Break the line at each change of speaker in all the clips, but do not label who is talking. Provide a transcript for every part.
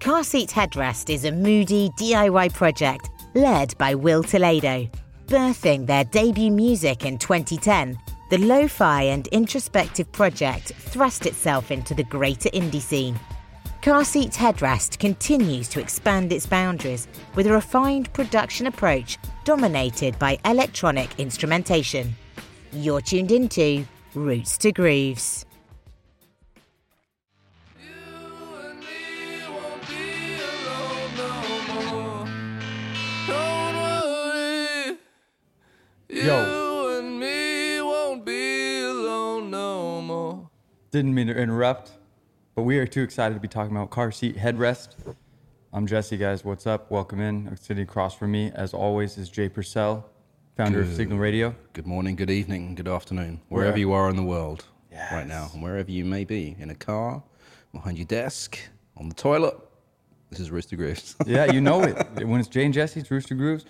Car Seat Headrest is a moody DIY project led by Will Toledo. Birthing their debut music in 2010, the lo fi and introspective project thrust itself into the greater indie scene. Car Seat Headrest continues to expand its boundaries with a refined production approach dominated by electronic instrumentation. You're tuned into Roots to Grooves.
Yo.
You and me won't be alone no more.
Didn't mean to interrupt, but we are too excited to be talking about car seat headrest. I'm Jesse, guys. What's up? Welcome in. Sitting across from me, as always, is Jay Purcell, founder of
Good.
Signal Radio.
Good morning, good evening, good afternoon, wherever
Where-
you are in the world right
Yes.
now, and wherever you may be, in a car, behind your desk, on the toilet. This is Rooster Grooves.
Yeah, you know it. When it's Jay and Jesse, it's Rooster Grooves.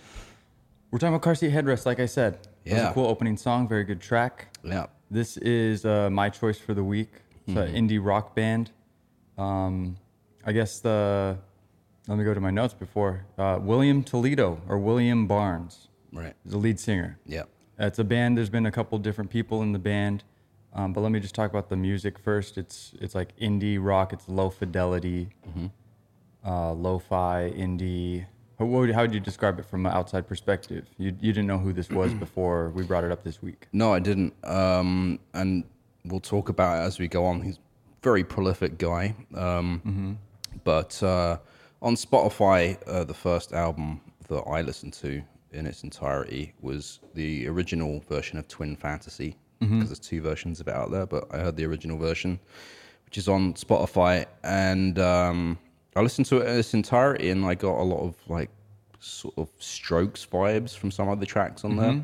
We're talking about car seat headrest, like I said. That was
Yeah.
a cool opening song, very good track.
yeah.
This is uh, my choice for the week. It's an indie rock band. Um, I guess the let me go to my notes before uh, William Toledo or William Barnes
Right.
is the lead singer.
Yeah.
It's a band. There's been a couple different people in the band, um, but let me just talk about the music first. It's it's like indie rock. It's low fidelity, uh, lo-fi indie. How, what would, how would you describe it from an outside perspective? You you didn't know who this was before we brought it up this week.
No, I didn't. Um, and we'll talk about it as we go on. He's a very prolific guy. Um, But uh, on Spotify, uh, the first album that I listened to in its entirety was the original version of Twin Fantasy, because there's two versions of it out there, but I heard the original version, which is on Spotify. And um, I listened to it in its entirety, and I got a lot of like sort of strokes vibes from some of the tracks on there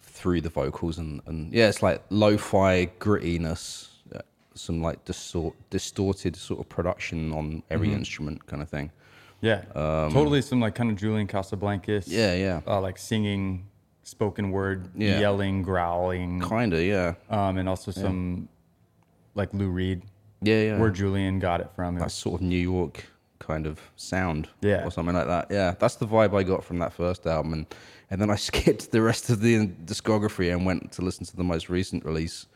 through the vocals and, and yeah, it's like lo-fi grittiness, uh, some like distort, distorted sort of production on every instrument kind of thing.
Yeah, totally some like kind of Julian Casablancas.
Um, Yeah, yeah.
uh, like singing, spoken word,
Yeah.
yelling, growling,
Kinda, yeah,
um, and also some like Lou Reed,
yeah, yeah.
where Julian got it from. It
that
was-
sort of New York kind of sound,
Yeah.
or something like that. Yeah, that's the vibe I got from that first album, and and then I skipped the rest of the uh, discography and went to listen to the most recent release,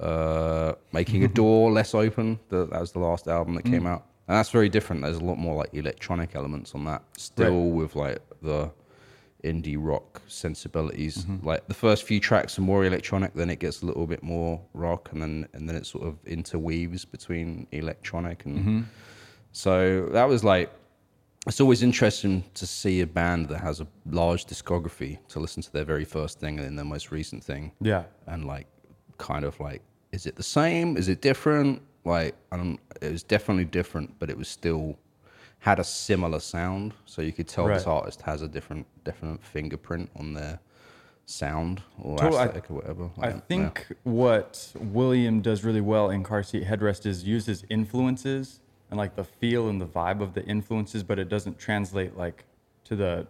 uh, "Making a Door Less Open." The, that was the last album that came out, and that's very different. There's a lot more like electronic elements on that, still with like the indie rock sensibilities. Like the first few tracks are more electronic, then it gets a little bit more rock, and then and then it sort of interweaves between electronic and. So that was like, it's always interesting to see a band that has a large discography to listen to their very first thing and then their most recent thing.
yeah,
And like, kind of like, is it the same? Is it different? Like, I don't, it was definitely different, but it was still had a similar sound. So you could tell this
Right.
artist has a different, different fingerprint on their sound or
Totally, I-
aesthetic or whatever.
I
Like, yeah.
think what William does really well in car seat headrest is uses influences and like the feel and the vibe of the influences, but it doesn't translate like to the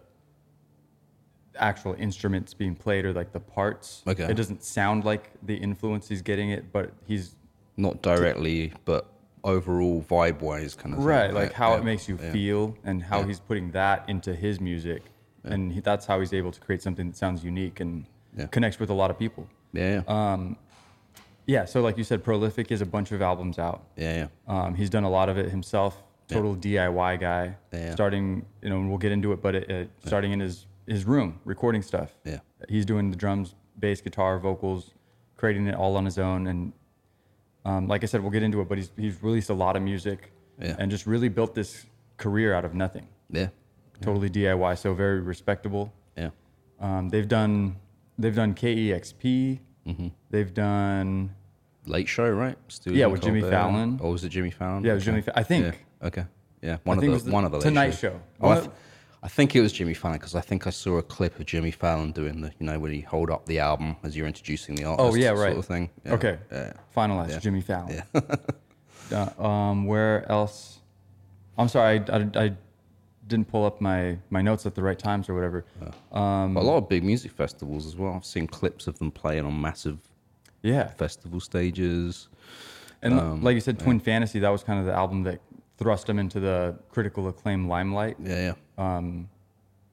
actual instruments being played or like the parts.
Okay.
It doesn't sound like the influence he's getting it, but he's
not directly, but overall vibe wise kind of thing.
right, like how
Yeah.
it makes you
Yeah.
feel and how
Yeah.
he's putting that into his music, and he, that's how he's able to create something that sounds unique and
Yeah.
connects with a lot of people.
Yeah,
Uh,
yeah,
Yeah, so like you said, prolific is a bunch of albums out.
yeah, yeah.
Um, he's done a lot of it himself. Total DIY guy.
Yeah.
Starting, you know, and we'll get into it, but it, it, starting in his his room, recording stuff.
Yeah.
He's doing the drums, bass, guitar, vocals, creating it all on his own. And um, like I said, we'll get into it, but he's he's released a lot of music
Yeah.
and just really built this career out of nothing.
yeah,
Totally DIY, so very respectable.
yeah.
Um, they've done they've done KEXP.
Mm-hmm.
They've done
Late show, right? Still
Yeah, with Jimmy Fallon.
Or Oh, was it Jimmy Fallon?
Yeah, it was Jimmy Fa- I think.
Yeah. Okay. Yeah, one
think it
of
was
the,
the
one of the late
Tonight
shows.
Show.
Oh, I,
One
th-
of-
I think it was Jimmy Fallon because I think I saw a clip of Jimmy Fallon doing the, you know, when he hold up the album as you're introducing the artist.
Oh yeah, right.
Sort of thing. Yeah.
Okay.
Yeah.
Finalized.
Yeah.
Jimmy Fallon. Uh, um, where else? I'm sorry, I, I, I didn't pull up my, my notes at the right times or whatever.
Oh. But a lot of big music festivals as well. I've seen clips of them playing on massive
yeah.
festival stages. um,
And like you said, Twin Fantasy. That was kind of the album that thrust them into the critical acclaim limelight,
Yeah, yeah,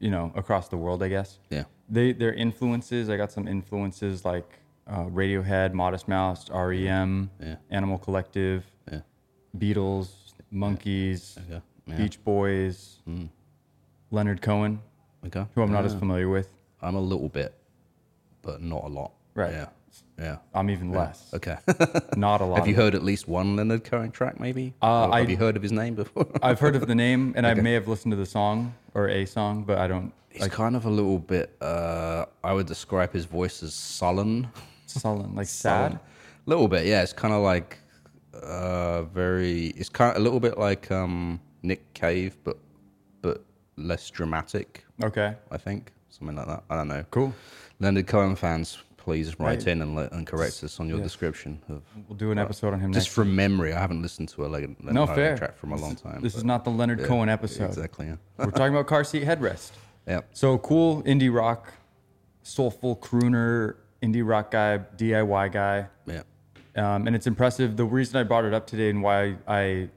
you know, across the world, I guess.
yeah.
They their influences. I got some influences like uh, Radiohead, Modest Mouse, REM,
Yeah.
Animal Collective,
Yeah.
Beatles, Monkeys,
Okay, yeah.
Beach Boys, Leonard Cohen,
Okay.
who I'm not as
Yeah.
familiar with.
I'm a little bit, but not a lot.
Right.
Yeah. Yeah.
I'm even less.
Okay.
Not a lot.
have you
of-
heard at least one Leonard Cohen track, maybe?
Uh,
Or have
I-
you heard of his name before?
I've heard of the name, and I may have listened to the song or a song, but I don't.
He's kind of a little bit. Uh, I would describe his voice as sullen.
Sullen, like sad.
A little bit, yeah. It's kind of like uh, very. It's kind of a little bit like um, Nick Cave, but but less dramatic.
Okay.
I think something like that. I don't know.
Cool.
Leonard Cohen fans, please write
Right.
in and, let, and correct us on your description of.
We'll do an episode on him
Just
next.
from memory, I haven't listened to a Leonard Leonard
No
Cohen
fair.
track from a long time.
This
but-
is not the Leonard Cohen episode.
Exactly. Yeah.
We're talking about car seat headrest.
Yep.
So cool indie rock, soulful crooner, indie rock guy, DIY guy.
Yeah.
Um, and it's impressive. The reason I brought it up today and why I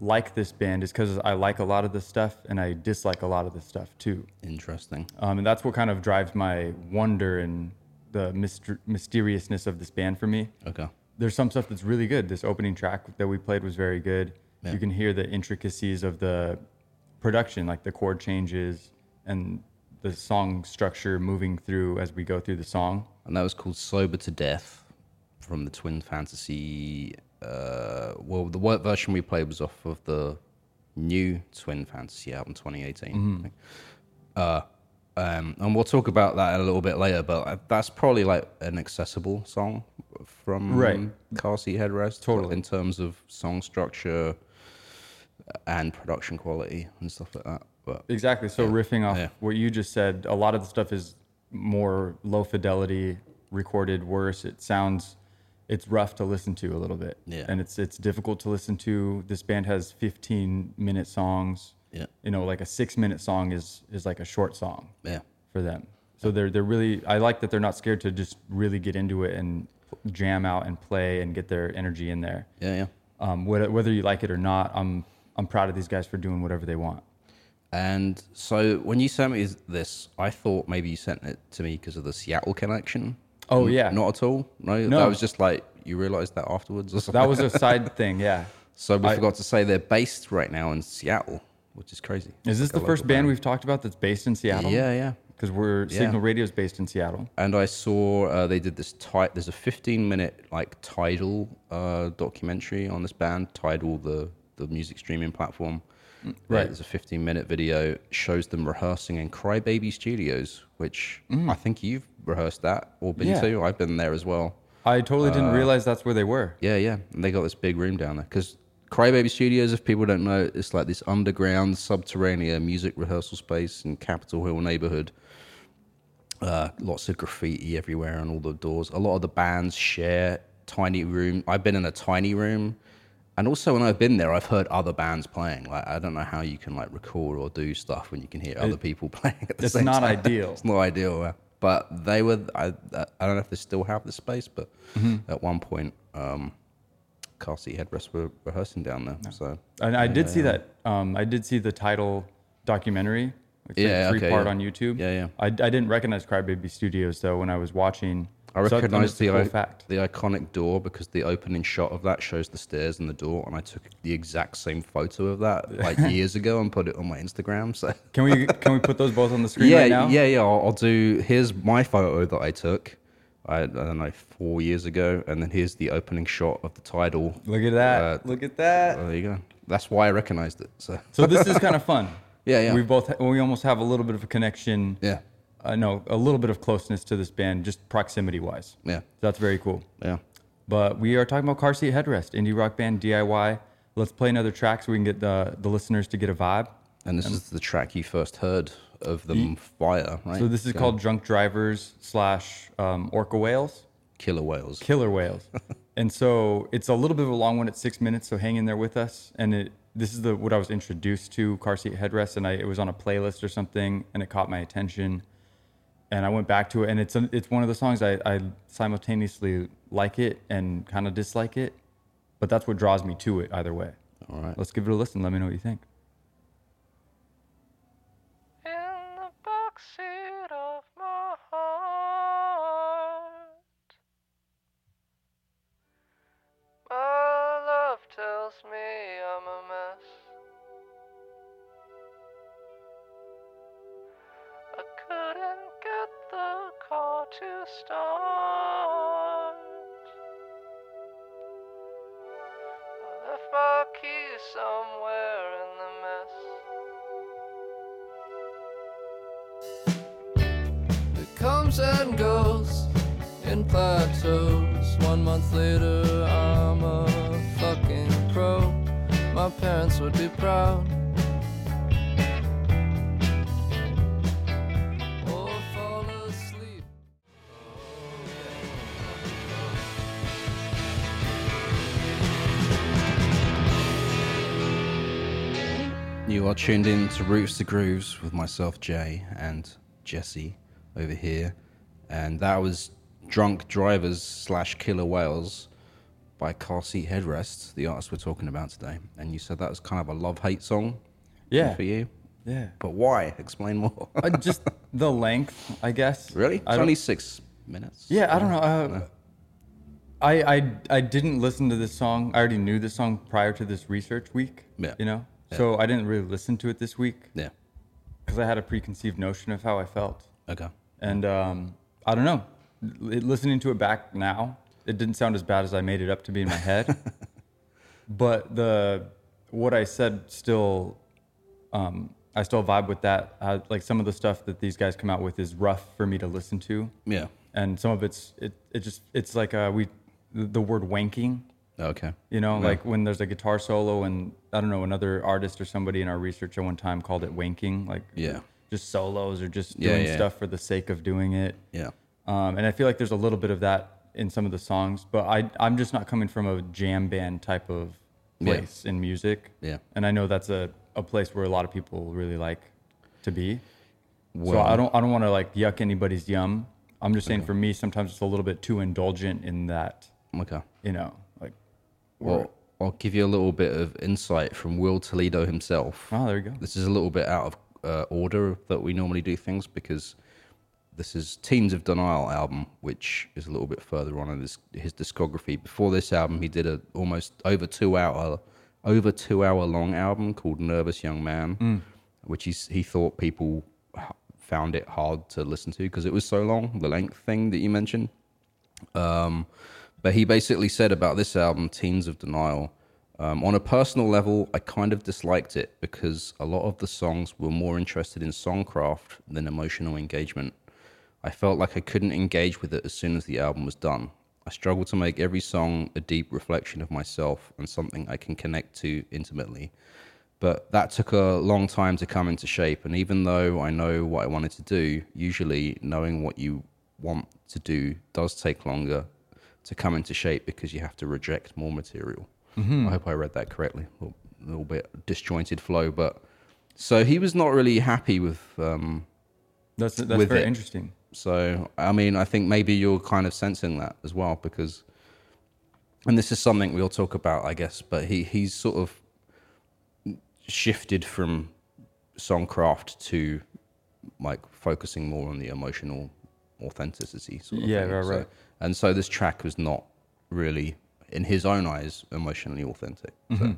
like this band is because I like a lot of this stuff and I dislike a lot of this stuff too.
Interesting.
Um, and that's what kind of drives my wonder and the myster- mysteriousness of this band for me.
Okay.
There's some stuff that's really good. This opening track that we played was very good. You can hear the intricacies of the production, like the chord changes and the song structure moving through as we go through the song.
and that was called Sober to Death from the Twin Fantasy. Uh, well, the work version we played was off of the new Twin Fantasy album, 2018.
Mm-hmm.
I think. Uh, um, and we'll talk about that a little bit later, but uh, that's probably like an accessible song from
Right.
Car Seat Headrest.
Totally.
In terms of song structure uh, and production quality and stuff like that. But
Exactly. So riffing off
Yeah.
what you just said, a lot of the stuff is more low fidelity, recorded worse. It sounds it's rough to listen to a little bit.
Yeah.
And it's it's difficult to listen to. This band has 15 minute songs.
Yeah.
You know, like a 6 minute song is is like a short song
yeah.
for them. So they're they're really I like that they're not scared to just really get into it and jam out and play and get their energy in there.
Yeah, yeah.
Um, whether, whether you like it or not, I'm I'm proud of these guys for doing whatever they want.
And so when you sent me this, I thought maybe you sent it to me because of the Seattle connection.
Oh,
N-
yeah.
not at all. No,
No.
that was just like you realized that afterwards or something.
That was a side thing, yeah.
so we forgot to say they're based right now in Seattle, which is crazy.
Is this the first band we've talked about that's based in Seattle?
Yeah, yeah.
Because we're Signal Radio's based in Seattle.
And I saw uh, they did this. Ti- there's a 15 minute like tidal uh, documentary on this band. Tidal, the the music streaming platform.
Mm,
Uh,
right.
There's a 15 minute video shows them rehearsing in Crybaby Studios, which I think you've rehearsed that or been
Mm. Yeah.
to. I've been there as well.
I totally didn't
Uh,
realize that's where they were.
Yeah, yeah. And they got this big room down there because Crybaby Studios, if people don't know, it's like this underground subterranean music rehearsal space in Capitol Hill neighborhood. Uh, lots of graffiti everywhere on all the doors. A lot of the bands share tiny room. I've been in a tiny room, and also when I've been there, I've heard other bands playing. Like I don't know how you can like record or do stuff when you can hear other people playing at the
It's
same
not
time.
ideal.
It's not ideal. uh, But they were. I, I don't know if they still have the space, but
Mm-hmm.
at one point, um, car seat headrests were rehearsing down there. So
And I did see that. Um, I did see the title documentary. It's
Yeah,
three
okay,
part
yeah.
on YouTube.
Yeah, yeah.
I, I didn't recognize Crybaby Studios though when I was watching.
I
So that's-
recognize
that's a
the
cool
i-
fact.
the iconic door because the opening shot of that shows the stairs and the door, and I took the exact same photo of that like years ago and put it on my Instagram. So
Can we can we put those both on the screen
yeah,
right now?
yeah, yeah. I'll, I'll do. Here's my photo that I took. I, I don't know four years ago, and then here's the opening shot of the title.
Look at that.
Uh,
Look at that.
Oh, there you go. That's why I recognized it. So
So this is kind of fun.
Yeah, yeah.
We both we almost have a little bit of a connection.
yeah,
uh, no, a little bit of closeness to this band, just proximity wise.
Yeah.
That's very cool.
yeah.
But we are talking about Car Seat Headrest, indie rock band DIY. Let's play another track so we can get the, the listeners to get a vibe.
And this is the track you first heard of them fire, right?
So this is called Drunk Drivers slash um, Orca Whales,
Killer Whales.
Killer Whales. and so it's a little bit of a long one at six minutes, so hang in there with us. And it, this is the what I was introduced to Car Seat Headrest, and I, it was on a playlist or something, and it caught my attention. and I went back to it, and it's it's one of the songs I, I simultaneously like it and kind of dislike it, but that's what draws me to it either way.
All right.
Let's give it a listen. Let me know what you think.
In the backseat of my heart, my love tells me I'm a mess. I couldn't get the car to start. I left my key somewhere in the mess. It comes and goes in plateaus. One month later, I'm a fucking pro. My parents would be proud. Or fall asleep.
You are tuned in to Roots to Grooves with myself, Jay, and Jesse over here. And that was Drunk Drivers slash Killer Whales by Car Seat Headrest, the artist we're talking about today. And you said that was kind of a love hate song
Yeah.
for you.
Yeah.
But why? Explain more.
Uh, just the length, I guess. I
really? It's
don't-
only six minutes.
Yeah, I don't know. Uh, I, I I didn't listen to this song. I already knew this song prior to this research week.
Yeah.
You know, so I didn't really listen to it this week
Yeah.
because I had a preconceived notion of how I felt,
Okay.
and um, I don't know. L- listening to it back now, it didn't sound as bad as I made it up to be in my head. but the what I said still, um, I still vibe with that. I, like some of the stuff that these guys come out with is rough for me to listen to
Yeah.
and some of it's it, it just it's like uh, we the the word wanking
Okay.
you know like when there's a guitar solo and i don't know another artist or somebody in our research at one time called it wanking like
Yeah.
just solos or just
Yeah,
doing
yeah.
stuff for the sake of doing it
Yeah.
um, and i feel like there's a little bit of that in some of the songs but i i'm just not coming from a jam band type of
Yeah.
place in music
Yeah.
and i know that's a, a place where a lot of people really like to be so
Well-
I don't I don't want to like yuck anybody's yum. I'm just saying for me sometimes it's a little bit too indulgent in that,
Okay.
you know, like
Well, I'll give you a little bit of insight from Will Toledo himself.
oh there you go.
This is a little bit out of uh, order that we normally do things because this is Teens of Denial album, which is a little bit further on in his, his discography. Before this album, he did a almost over two hour over two hour long album called Nervous Young Man, which he s- he thought people h- found it hard to listen to because it was so long. The length thing that you mentioned. But he basically said about this album, Teens of Denial, um, on a personal level, I kind of disliked it because a lot of the songs were more interested in songcraft than emotional engagement. I felt like I couldn't engage with it as soon as the album was done. I struggled to make every song a deep reflection of myself and something I can connect to intimately. But that took a long time to come into shape. And even though I know what I wanted to do, usually knowing what you want to do does take longer to come into shape because you have to reject more material. I hope I read that correctly. A little, little bit disjointed flow, but so he was not really happy with. Um,
That's that's
with
very
it.
interesting.
so I mean, I think maybe you're kind of sensing that as well because, and this is something we'll talk about, I guess. But he he's sort of shifted from songcraft to like focusing more on the emotional authenticity sort of
Yeah,
thing.
right,
So-
right.
and so this track was not really in his own eyes emotionally authentic so,
Mm-hmm.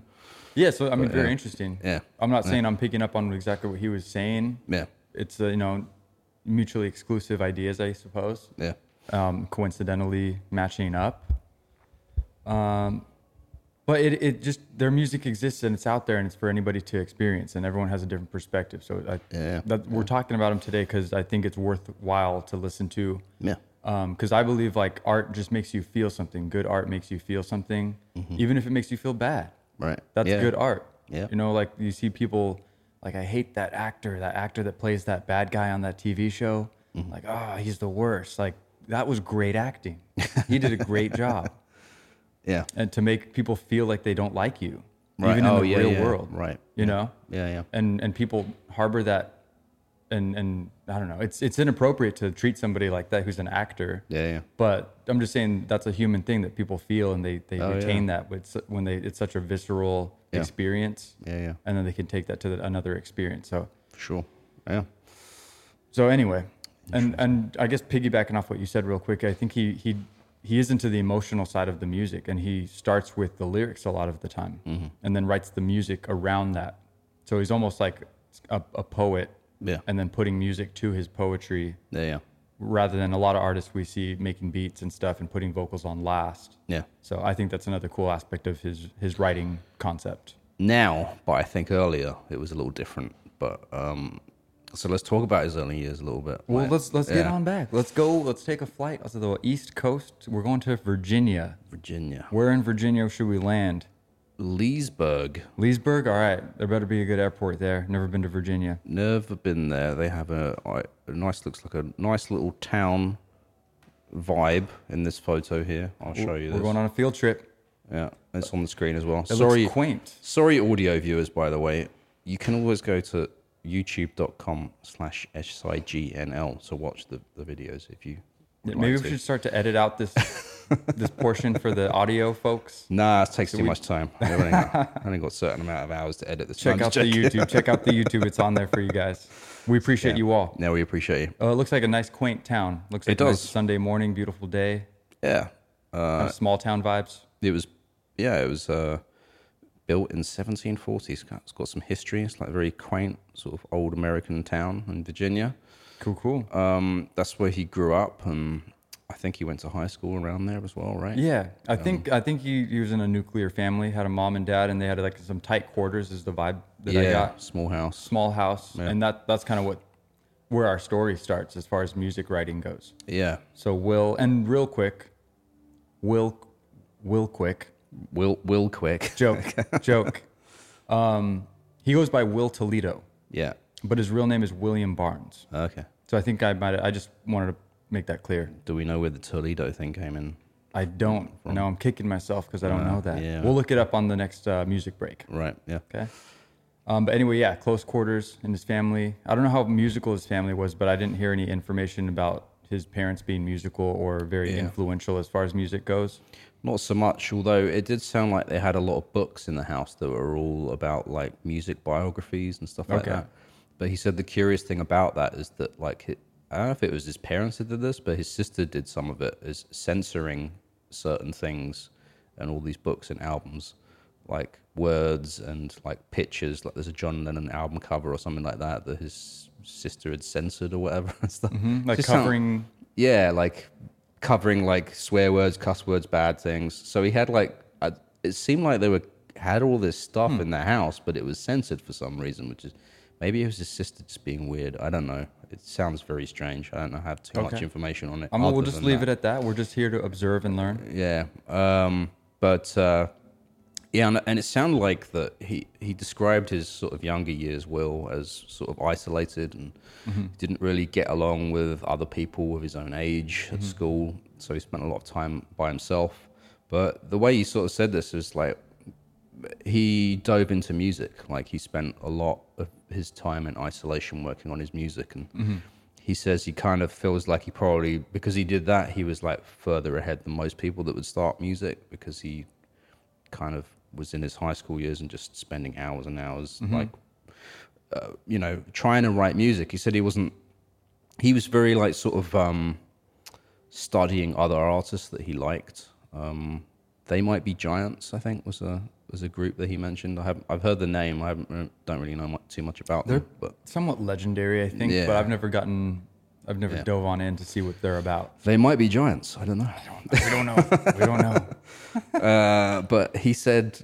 Yeah, so I mean very
yeah.
interesting.
Yeah.
I'm not saying I'm picking up on exactly what he was saying.
yeah
It's uh, you know mutually exclusive ideas I suppose.
yeah
um, coincidentally matching up. Um, but it, it just their music exists and it's out there and it's for anybody to experience and everyone has a different perspective. So I,
Yeah,
that, we're talking about them today because I think it's worthwhile to listen to.
yeah
Because I believe like art just makes you feel something. Good art makes you feel something,
Mm-hmm.
even if it makes you feel bad.
right
That's
Yeah.
good art.
Yeah.
You know, like you see people like I hate that actor, that actor that plays that bad guy on that TV show.
Mm-hmm.
Like, ah, he's the worst. Like that was great acting. he did a great job.
yeah
And to make people feel like they don't like you.
Right.
Even in
Oh,
the
yeah,
real
yeah.
world.
Right.
You know?
yeah yeah
And and people harbor that and and I don't know. It's it's inappropriate to treat somebody like that who's an actor.
yeah yeah
But I'm just saying that's a human thing that people feel and they, they
Oh, yeah.
retain that with, s- when they it's such a visceral
Yeah.
experience,
Yeah, yeah,
and then they can take that to the, another experience. So
for sure. Yeah.
so anyway, and and I guess piggybacking off what you said real quick, I think he he he is into the emotional side of the music, and he starts with the lyrics a lot of the time,
Mm-hmm.
and then writes the music around that. So he's almost like a, a poet,
Yeah.
and then putting music to his poetry,
Yeah, yeah.
rather than a lot of artists we see making beats and stuff and putting vocals on last.
Yeah.
So I think that's another cool aspect of his his writing concept.
now, but I think earlier it was a little different. But um, so let's talk about his early years a little bit.
Well,
Like,
let's let's get
yeah,
on back. Let's go. Let's take a flight to the East Coast. We're going to Virginia.
Virginia,
Where in Virginia should we land?
Leesburg.
Leesburg? All right. There better be a good airport there. Never been to Virginia.
Never been there. They have a, a nice looks like a nice little town vibe in this photo here. I'll show you
We're
Oh, this.
going on a field trip.
yeah, it's on the screen as well.
It
sorry,
looks quaint.
sorry, audio viewers. By the way, you can always go to youtube.com/slash signl to watch the, the videos if you. would
Maybe
like
we
to.
should start to edit out this this portion for the audio folks.
Nah, it takes too much time. I only got, I only got a certain amount of hours to edit this.
Check
I'm
out
just
the
joking.
YouTube. Check out the YouTube. It's on there for you guys. We appreciate you all.
No, we appreciate you.
Oh, it looks like a nice quaint town. Looks like
It
a nice
does.
Sunday morning, beautiful day.
Yeah,
Kind of small town vibes.
it was. Yeah, it was uh, built in 1740. It's got, it's got some history. It's like a very quaint sort of old American town in Virginia.
Cool, cool.
Um, that's where he grew up, and I think he went to high school around there as well, right?
Yeah, I think I think he, he was in a nuclear family. Had a mom and dad, and they had like some tight quarters. Is the vibe that I
yeah.
got.
Small house.
small house and that that's kind of what where our story starts as far as music writing goes
Yeah,
so will and real quick will will quick
Will Will Quick.
joke joke um, he goes by will toledo
Yeah.
but his real name is william barnes
Okay.
so i think i might i just wanted to make that clear
Do we know where the Toledo thing came in?
i don't know i'm kicking myself because i don't know that
yeah.
we'll look it up on the next uh, music break
Right. Yeah.
Okay. Um, but anyway, yeah, close quarters in his family. I don't know how musical his family was, but I didn't hear any information about his parents being musical or very influential as far as music goes.
Not so much, although it did sound like they had a lot of books in the house that were all about like music biographies and stuff like
Okay.
that. But he said the curious thing about that is that like hi- I don't know if it was his parents that did this, but his sister did some of it, is censoring certain things and all these books and albums, like words and like pictures. Like there's a John Lennon album cover or something like that that his sister had censored or whatever and stuff.
Mm-hmm. Like
Just sound-
covering
yeah, like covering like swear words, cuss words, bad things. So he had like I it seemed like they were had all this stuff
Hmm.
in the house, but it was censored for some reason, which is maybe it was his sister just being weird. I don't know. It sounds very strange. I don't know. I have too much
Okay.
information on it.
I mean, we'll just leave it at that. We're just here to observe and learn.
Yeah. Um, but uh, yeah, and, and it sounded like that he, he described his sort of younger years, Will, as sort of isolated and didn't really get along with other people of his own age at school. So he spent a lot of time by himself. But the way he sort of said this is like he dove into music. Like he spent a lot of his time in isolation working on his music, and he says he kind of feels like he probably because he did that he was like further ahead than most people that would start music because he kind of was in his high school years and just spending hours and hours like uh, you know trying to write music. He said he wasn't. He was very like sort of. um studying other artists that he liked. Um, they might be giants. I think was a was a group that he mentioned. I have I've heard the name. I haven't, re- don't really know much, too much about them. But
Somewhat legendary, I think,
Yeah.
but I've never gotten, I've never dove on in to see what they're about.
they might be giants. I don't know.
We don't know. we don't know.
Uh, but he said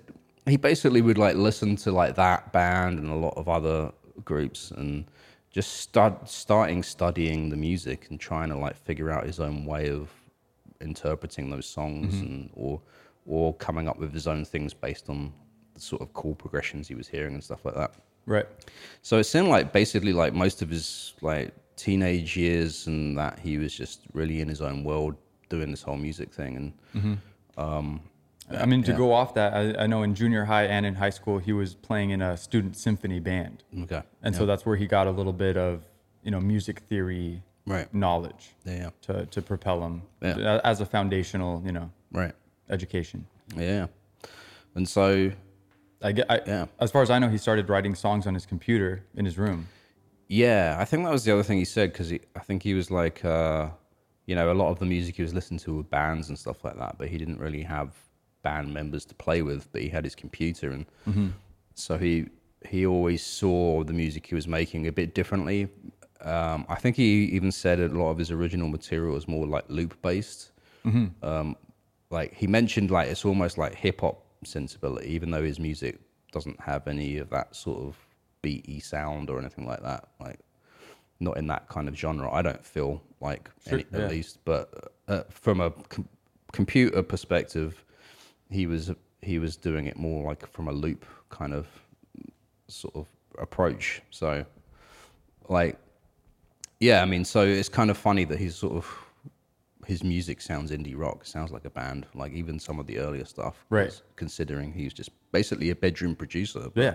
he basically would like listen to like that band and a lot of other groups and just start starting studying the music and trying to like figure out his own way of interpreting those songs and or or coming up with his own things based on the sort of chord progressions he was hearing and stuff like that.
Right.
So it seemed like basically like most of his like teenage years and that he was just really in his own world doing this whole music thing and
I mean, to go off that, I, I know in junior high and in high school, he was playing in a student symphony band.
okay
And
Mm. Yeah.
so that's where he got a little bit of, you know, music theory
Right.
knowledge
Yeah.
to, to propel him
Yeah.
a- as a foundational, you know,
right
education.
Yeah. And so
I get. I,
Yeah.
As far as I know, he started writing songs on his computer in his room.
Yeah, I think that was the other thing he said because I think he was like, uh, you know, a lot of the music he was listening to were bands and stuff like that, but he didn't really have band members to play with, but he had his computer, and so he he always saw the music he was making a bit differently. Um, I think he even said a lot of his original material was more like loop based. Um, like he mentioned, like it's almost like hip hop sensibility, even though his music doesn't have any of that sort of beaty sound or anything like that. Like not in that kind of genre. I don't feel like
Sure,
any- at
yeah.
least, but uh, from a com- computer perspective, he was he was doing it more like from a loop kind of sort of approach. So like yeah, I mean, so it's kind of funny that he's sort of his music sounds indie rock, sounds like a band, like even some of the earlier stuff.
Right.
cons- Considering he's just basically a bedroom producer. but,
Yeah.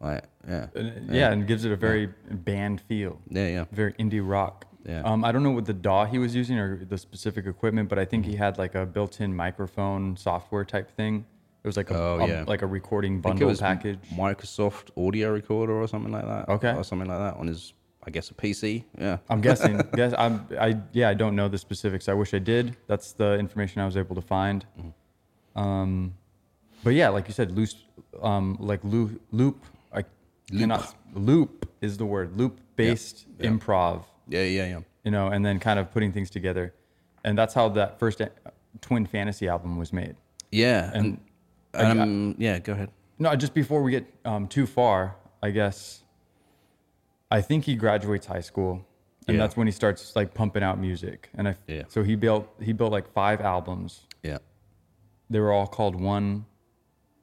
Like yeah,
And, yeah. and gives it a very band feel.
yeah, yeah.
Very indie rock.
Yeah.
Um, I don't know what the DAW he was using or the specific equipment, but I think he had like a built-in microphone software type thing. It was like a,
Oh,
a-
yeah.
like a recording
I think it
bundle
was M-
package.
Microsoft Audio Recorder or something like that.
Okay. Um,
Or something like that on his, I guess, a PC. Yeah.
I'm guessing. guess I'm. I yeah. I don't know the specifics. I wish I did. That's the information I was able to find. Um,
Mm-hmm.
but yeah, like you said, loose. Um, like loop. Loop. I cannot. Loop is the word. Loop based
yeah.
improv.
Yeah, yeah, yeah.
You know, and then kind of putting things together, and that's how that first uh, Twin Fantasy album was made.
Yeah. And,
I-
um, yeah, go ahead.
No, just before we get um, too far, I guess. I think he graduates high school, and
Yeah.
that's when he starts like pumping out music. And I
Yeah.
so he built he built like five albums.
Yeah.
They were all called one,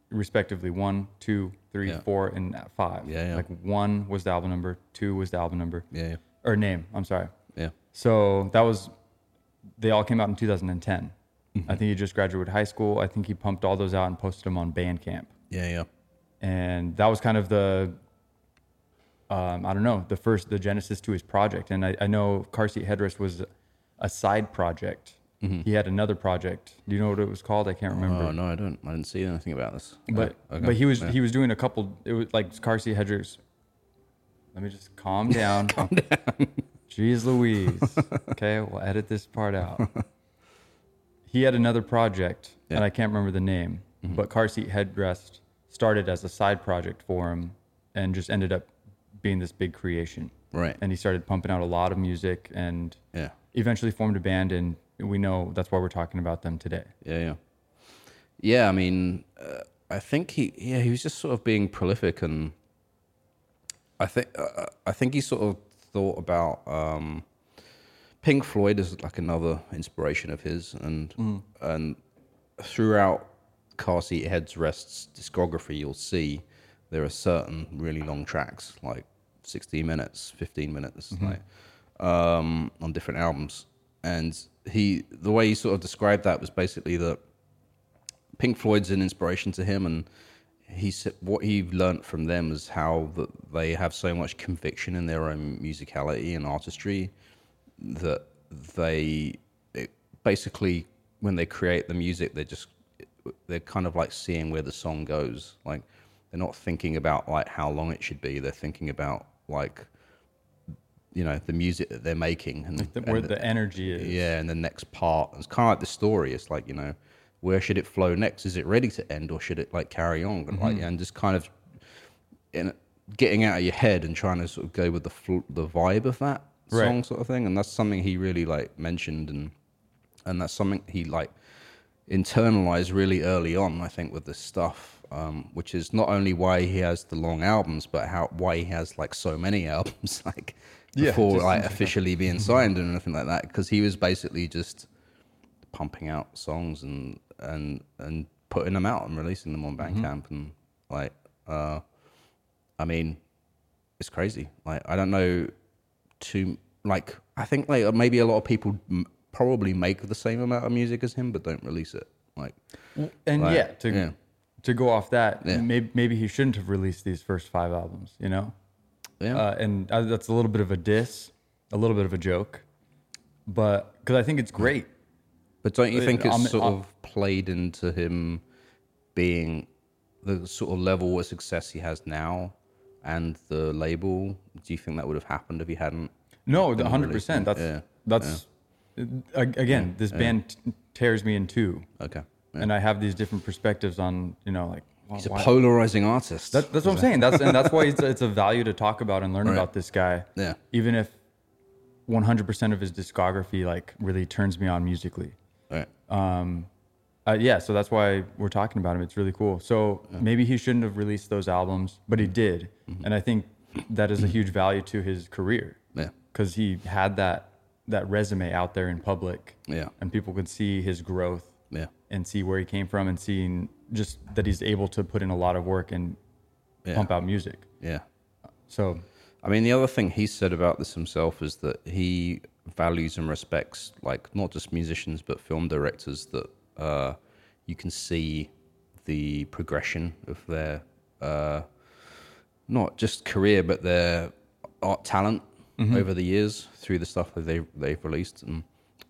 respectively one, two, three,
Yeah.
four, and five.
Yeah, yeah.
Like one was the album number, two was the album number,
Yeah, yeah.
or name. I'm sorry.
Yeah.
So that was, they all came out in 2010. I think he just graduated high school. I think he pumped all those out and posted them on Bandcamp
Yeah, yeah.
and that was kind of the um, I don't know the first the genesis to his project. And I, I know car seat headrest was a side project. He had another project. Do you know what it was called? I can't remember.
Oh no, I don't. I didn't see anything about this.
But
Oh, okay.
but he was
Yeah.
he was doing a couple. It was like car seat headrest. Let me just calm down. calm down. Jeez Louise. okay, we'll edit this part out. He had another project, and
Yeah. Mm-hmm.
I can't remember the name, but Car Seat Headrest started as a side project for him and just ended up being this big creation.
Right.
And he started pumping out a lot of music and
Yeah.
eventually formed a band, and we know that's why we're talking about them today.
Yeah, yeah, yeah. I mean, uh, I think he, yeah, he was just sort of being prolific, and I think, uh, I think he sort of thought about um, Pink Floyd as like another inspiration of his, and and throughout Car Seat Heads Rest's discography, you'll see there are certain really long tracks, like 16 minutes, 15 minutes, like um, on different albums. And he, the way he sort of described that was basically that Pink Floyd's an inspiration to him, and he said what he learnt from them is how that they have so much conviction in their own musicality and artistry that they it basically when they create the music they just they're kind of like seeing where the song goes like they're not thinking about like how long it should be they're thinking about like you know the music that they're making and,
The-
and
Where
the-
the energy is.
yeah, and the next part. It's kind of like the story. It's like you know, where should it flow next? Is it ready to end, or should it like carry on? And Like and just kind of in, getting out of your head and trying to sort of go with the fl- the vibe of that
Right.
song, sort of thing. And that's something he really like mentioned, and and that's something he like internalized really early on. I think with this stuff. Um, which is not only why he has the long albums, but how why he has like so many albums, like
Yeah,
before
just-
like officially
Mm-hmm.
being signed and anything like that because he was basically just pumping out songs and and and putting them out and releasing them on
Mm-hmm.
Bandcamp and like uh I mean it's crazy like I don't know too like I think like maybe a lot of people m- probably make the same amount of music as him but don't release it like
And
Like,
yeah, to
yeah.
to go off that,
Yeah.
maybe maybe he shouldn't have released these first five albums, you know.
yeah
Uh, and uh, that's a little bit of a diss, a little bit of a joke, but because I think it's great.
But don't you
Uh,
think it's
I'm-
sort
I'm-
of played into him being the sort of level of success he has now and the label, do you think that would have happened if he hadn't?
No, the
Been
hundred
released,
percent. That's
yeah,
that's a- again. This band t- tears me in two,
Okay. Yeah.
and I have these different perspectives on you know like well,
He's a
why-
polarizing artist.
That, that's what I'm saying. That's and that's why it's it's a value to talk about and learn
Right.
about this guy.
Yeah.
Even if 100% of his discography like really turns me on musically.
Right.
Uh, yeah, so that's why we're talking about him. It's really cool. So maybe he shouldn't have released those albums, but
Mm-hmm.
he did, and I think that is a huge value to his career
Yeah.
because he had that that resume out there in public,
Yeah.
and people could see his growth
Yeah.
and see where he came from and seeing just that he's able to put in a lot of work and
Yeah.
pump out music.
Yeah.
So
I mean, the other thing he said about this himself is that he values and respects, like, not just musicians, but film directors that uh, you can see the progression of their, uh, not just career, but their art talent over the years through the stuff that they, they've released. And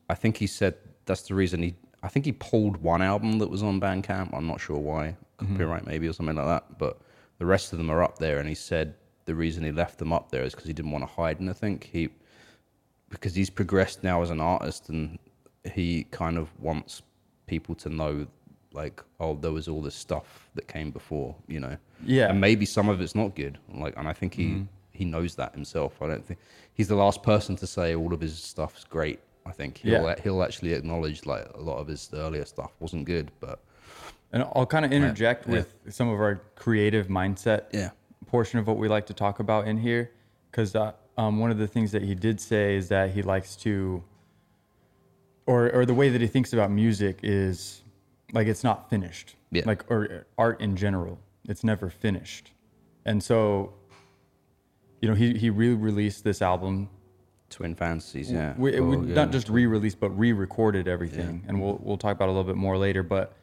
I think he said that's the reason he, I think he pulled one album that was on Bandcamp. I'm not sure why, copyright maybe or something like that. But the rest of them are up there. And he said the reason he left them up there is because he didn't want to hide anything. He, because he's progressed now as an artist and he kind of wants people to know like oh there was all this stuff that came before you know
Yeah.
and maybe some of it's not good like and i think he
Mm-hmm.
he knows that himself i don't think he's the last person to say all of his stuff's great i think he'll,
Yeah.
he'll actually acknowledge like a lot of his earlier stuff wasn't good but
And I'll kind of interject
yeah.
with some of our creative mindset
Yeah.
portion of what we like to talk about in here. Because uh, um, one of the things that he did say is that he likes to, or, or the way that he thinks about music is like it's not finished.
Yeah.
Like, or uh, art in general, it's never finished. And so, you know, he, he re released this album
twin fantasies yeah
we, we,
Oh, yeah.
not just re-released but re-recorded everything and we'll we'll talk about it a little bit more later but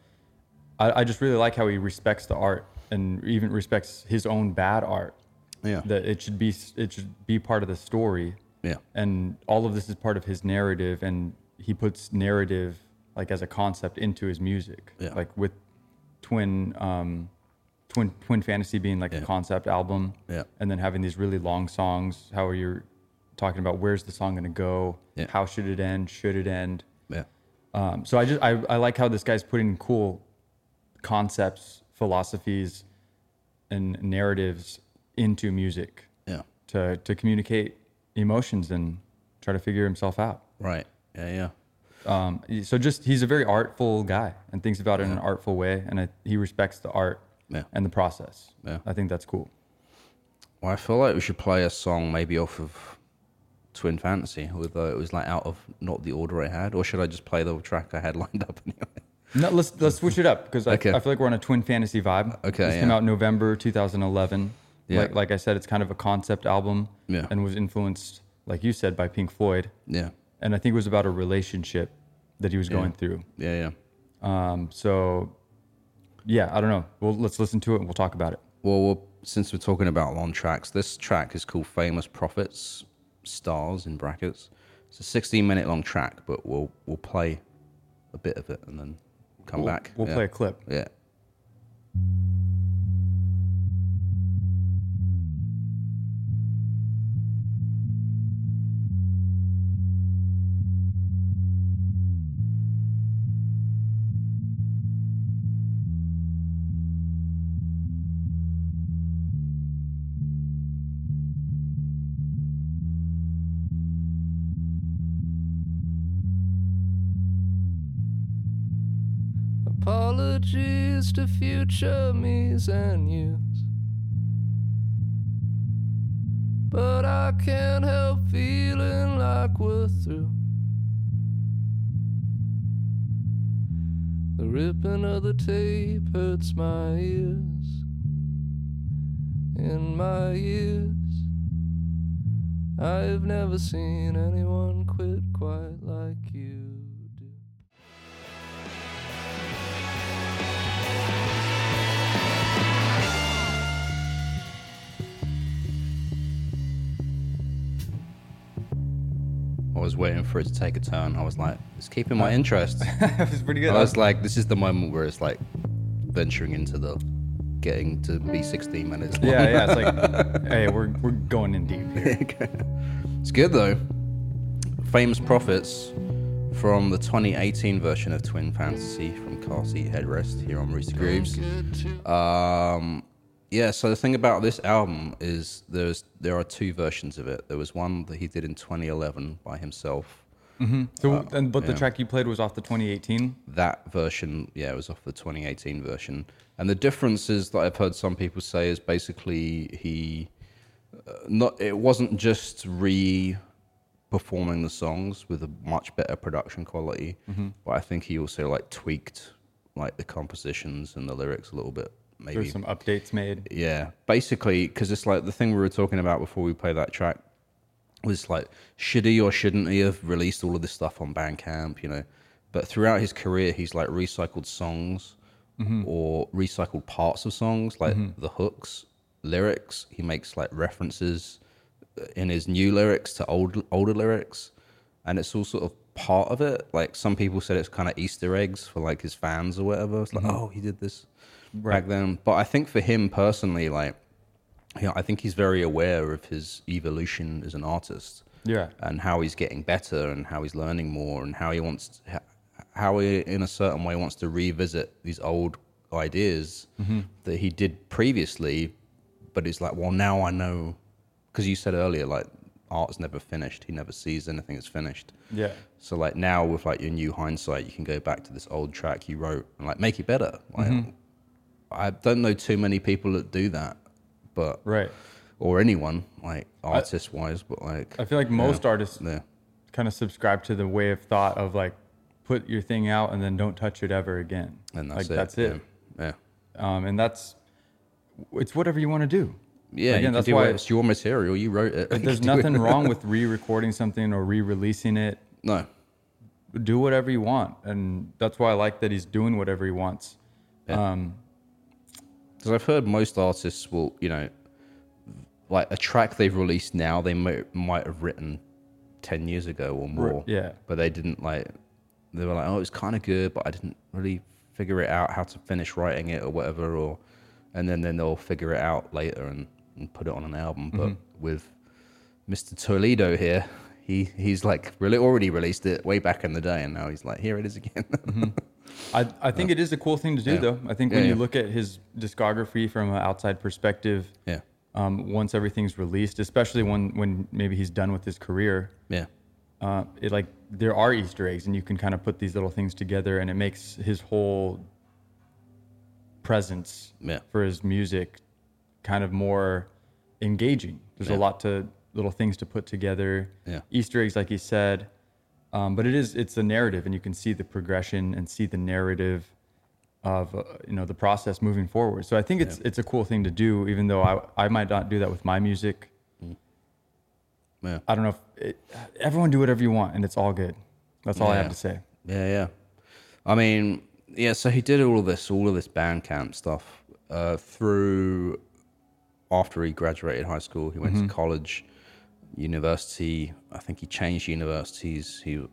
I, I just really like how he respects the art and even respects his own bad art
yeah
that it should be s- it should be part of the story
yeah
and all of this is part of his narrative and he puts narrative like as a concept into his music
Yeah.
like with twin um twin twin fantasy being like a
Yeah.
concept album
Yeah.
and then having these really long songs how are you talking about where's the song going to go
Yeah.
how should it end should it end
yeah
um, so i just I, I like how this guy's putting cool concepts philosophies and narratives into music
yeah
to to communicate emotions and try to figure himself out.
right yeah yeah
Um, so just he's a very artful guy and thinks about it in an artful way, and I, he respects the art
Yeah.
and the process.
Yeah.
I think that's cool.
Well, I feel like we should play a song maybe off of Twin Fantasy, although it was like out of not the order I had. Or should I just play the track I had lined up anyway?
No, let's let's switch it up because I,
Okay.
I feel like we're on a twin fantasy vibe.
Okay,
this came
yeah.
out November 2011.
Yeah.
Like, like I said, it's kind of a concept album,
Yeah.
and was influenced, like you said, by Pink Floyd,
Yeah.
and I think it was about a relationship that he was going through.
Yeah, yeah.
Um, so, yeah, I don't know. Well, let's listen to it and we'll talk about it.
Well, well, since we're talking about long tracks, this track is called Famous Prophets, Stars in brackets. It's a 16 minute long track, but we'll we'll play a bit of it and then come
We'll-
back.
We'll
yeah.
play a clip.
Yeah.
Apologies to future me's and you's. But I can't help feeling like we're through. The ripping of the tape hurts my ears. In my ears, I've never seen anyone quit quite like you do.
I was waiting for it to take a turn. I was like, it's keeping
Uh,
my interest. Oh,
That was pretty good.
I was like, this is the moment where it's like venturing into the getting to be 16 minutes. long.
Yeah, yeah. It's like, hey, we're, we're going in deep here.
It's good though. Famous profits from the 2018 version of Twin Fantasy from Car Seat Headrest here on Rooster Grooves. Um, yeah, so the thing about this album is there's there are two versions of it. There was one that he did in 2011 by himself.
So, and, but the track you played was off the 2018.
That version, yeah, it was off the 2018 version. And the difference is that I've heard some people say is basically he uh, not it wasn't just re performing the songs with a much better production quality
Mm-hmm.
but i think he also like tweaked like the compositions and the lyrics a little bit maybe
There's some updates made.
yeah basically because it's like the thing we were talking about before we played that track was like should he or shouldn't he have released all of this stuff on bandcamp you know but throughout his career he's like recycled songs or recycled parts of songs like the hooks lyrics he makes like references uh, in his new lyrics to old older lyrics and it's all sort of part of it like some people said it's kind of easter eggs for like his fans or whatever it's like oh he did this back then but i think for him personally like you know, i think he's very aware of his evolution as an artist
Yeah.
and how he's getting better and how he's learning more and how he wants h- how he in a certain way wants to revisit these old ideas that he did previously but it's like well now i know because you said earlier like art's never finished he never sees anything that's finished
Yeah.
so like now with like your new hindsight you can go back to this old track you wrote and like make it better like, i don't know too many people that do that but
Right.
or anyone like artist wise but like
I feel like most artists
yeah
kind of subscribe to the way of thought of like, put your thing out and then don't touch it ever again.
and that's
like,
it.
That's it.
Yeah. yeah.
Um, and that's, it's whatever you want to do.
Yeah,
Again,
you can
that's
do
why-
it. it's your material. You wrote it. You
There's
can do it.
nothing wrong with re-recording something or re-releasing it.
No,
do whatever you want, and that's why I like that he's doing whatever he wants.
because I've heard most artists will, you know, like a track they've released now, they might, might have written ten years ago or more.
yeah.
but they didn't like. They were like, oh, it's kind of good, but I didn't really figure it out how to finish writing it or whatever, or and then then they'll figure it out later and, and put it on an album. But with Mr. Toledo here. He, he's like really already released it way back in the day, and now he's like, here it is again.
I, I think it is a cool thing to do,
Yeah.
though. I think
Yeah,
when you
yeah.
look at his discography from an outside perspective,
yeah,
um, once everything's released, especially when when maybe he's done with his career,
yeah.
uh, it like there are Easter eggs, and you can kind of put these little things together, and it makes his whole presence
Yeah.
for his music kind of more engaging. There's
Yeah.
a lot to little things to put together.
Yeah.
Easter eggs, like he said, um, but it is it's a narrative, and you can see the progression and see the narrative of uh, you know the process moving forward. So I think it's it's a cool thing to do, even though I I might not do that with my music.
Yeah.
I don't know. If it, everyone do whatever you want, and it's all good. That's all I
Yeah.
have to say.
Yeah, yeah. I mean, yeah. So he did all of this, all of this Bandcamp stuff uh, through after he graduated high school. He went to college, university. I think he changed universities. He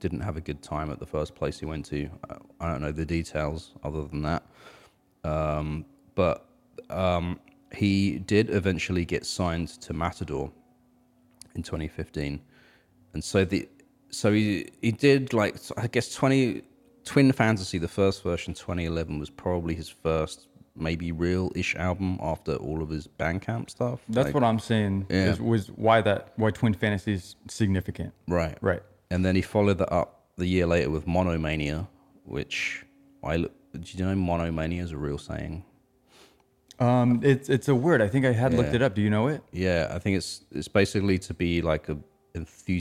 didn't have a good time at the first place he went to. I- I don't know the details other than that. Um, but um, he did eventually get signed to Matador in 2015 and so the so he he did like i guess 20 twin fantasy the first version 2011 was probably his first maybe real-ish album after all of his bandcamp stuff
That's
Like-
what I'm saying.
Yeah.
Is, was why that why Twin Fantasy is significant.
right
Right.
and then he followed that up the year later with monomania which i look do you know monomania is a real saying
Um, it's it's a word. I think I had looked it up. Do you know it?
yeah i think it's it's basically to be like a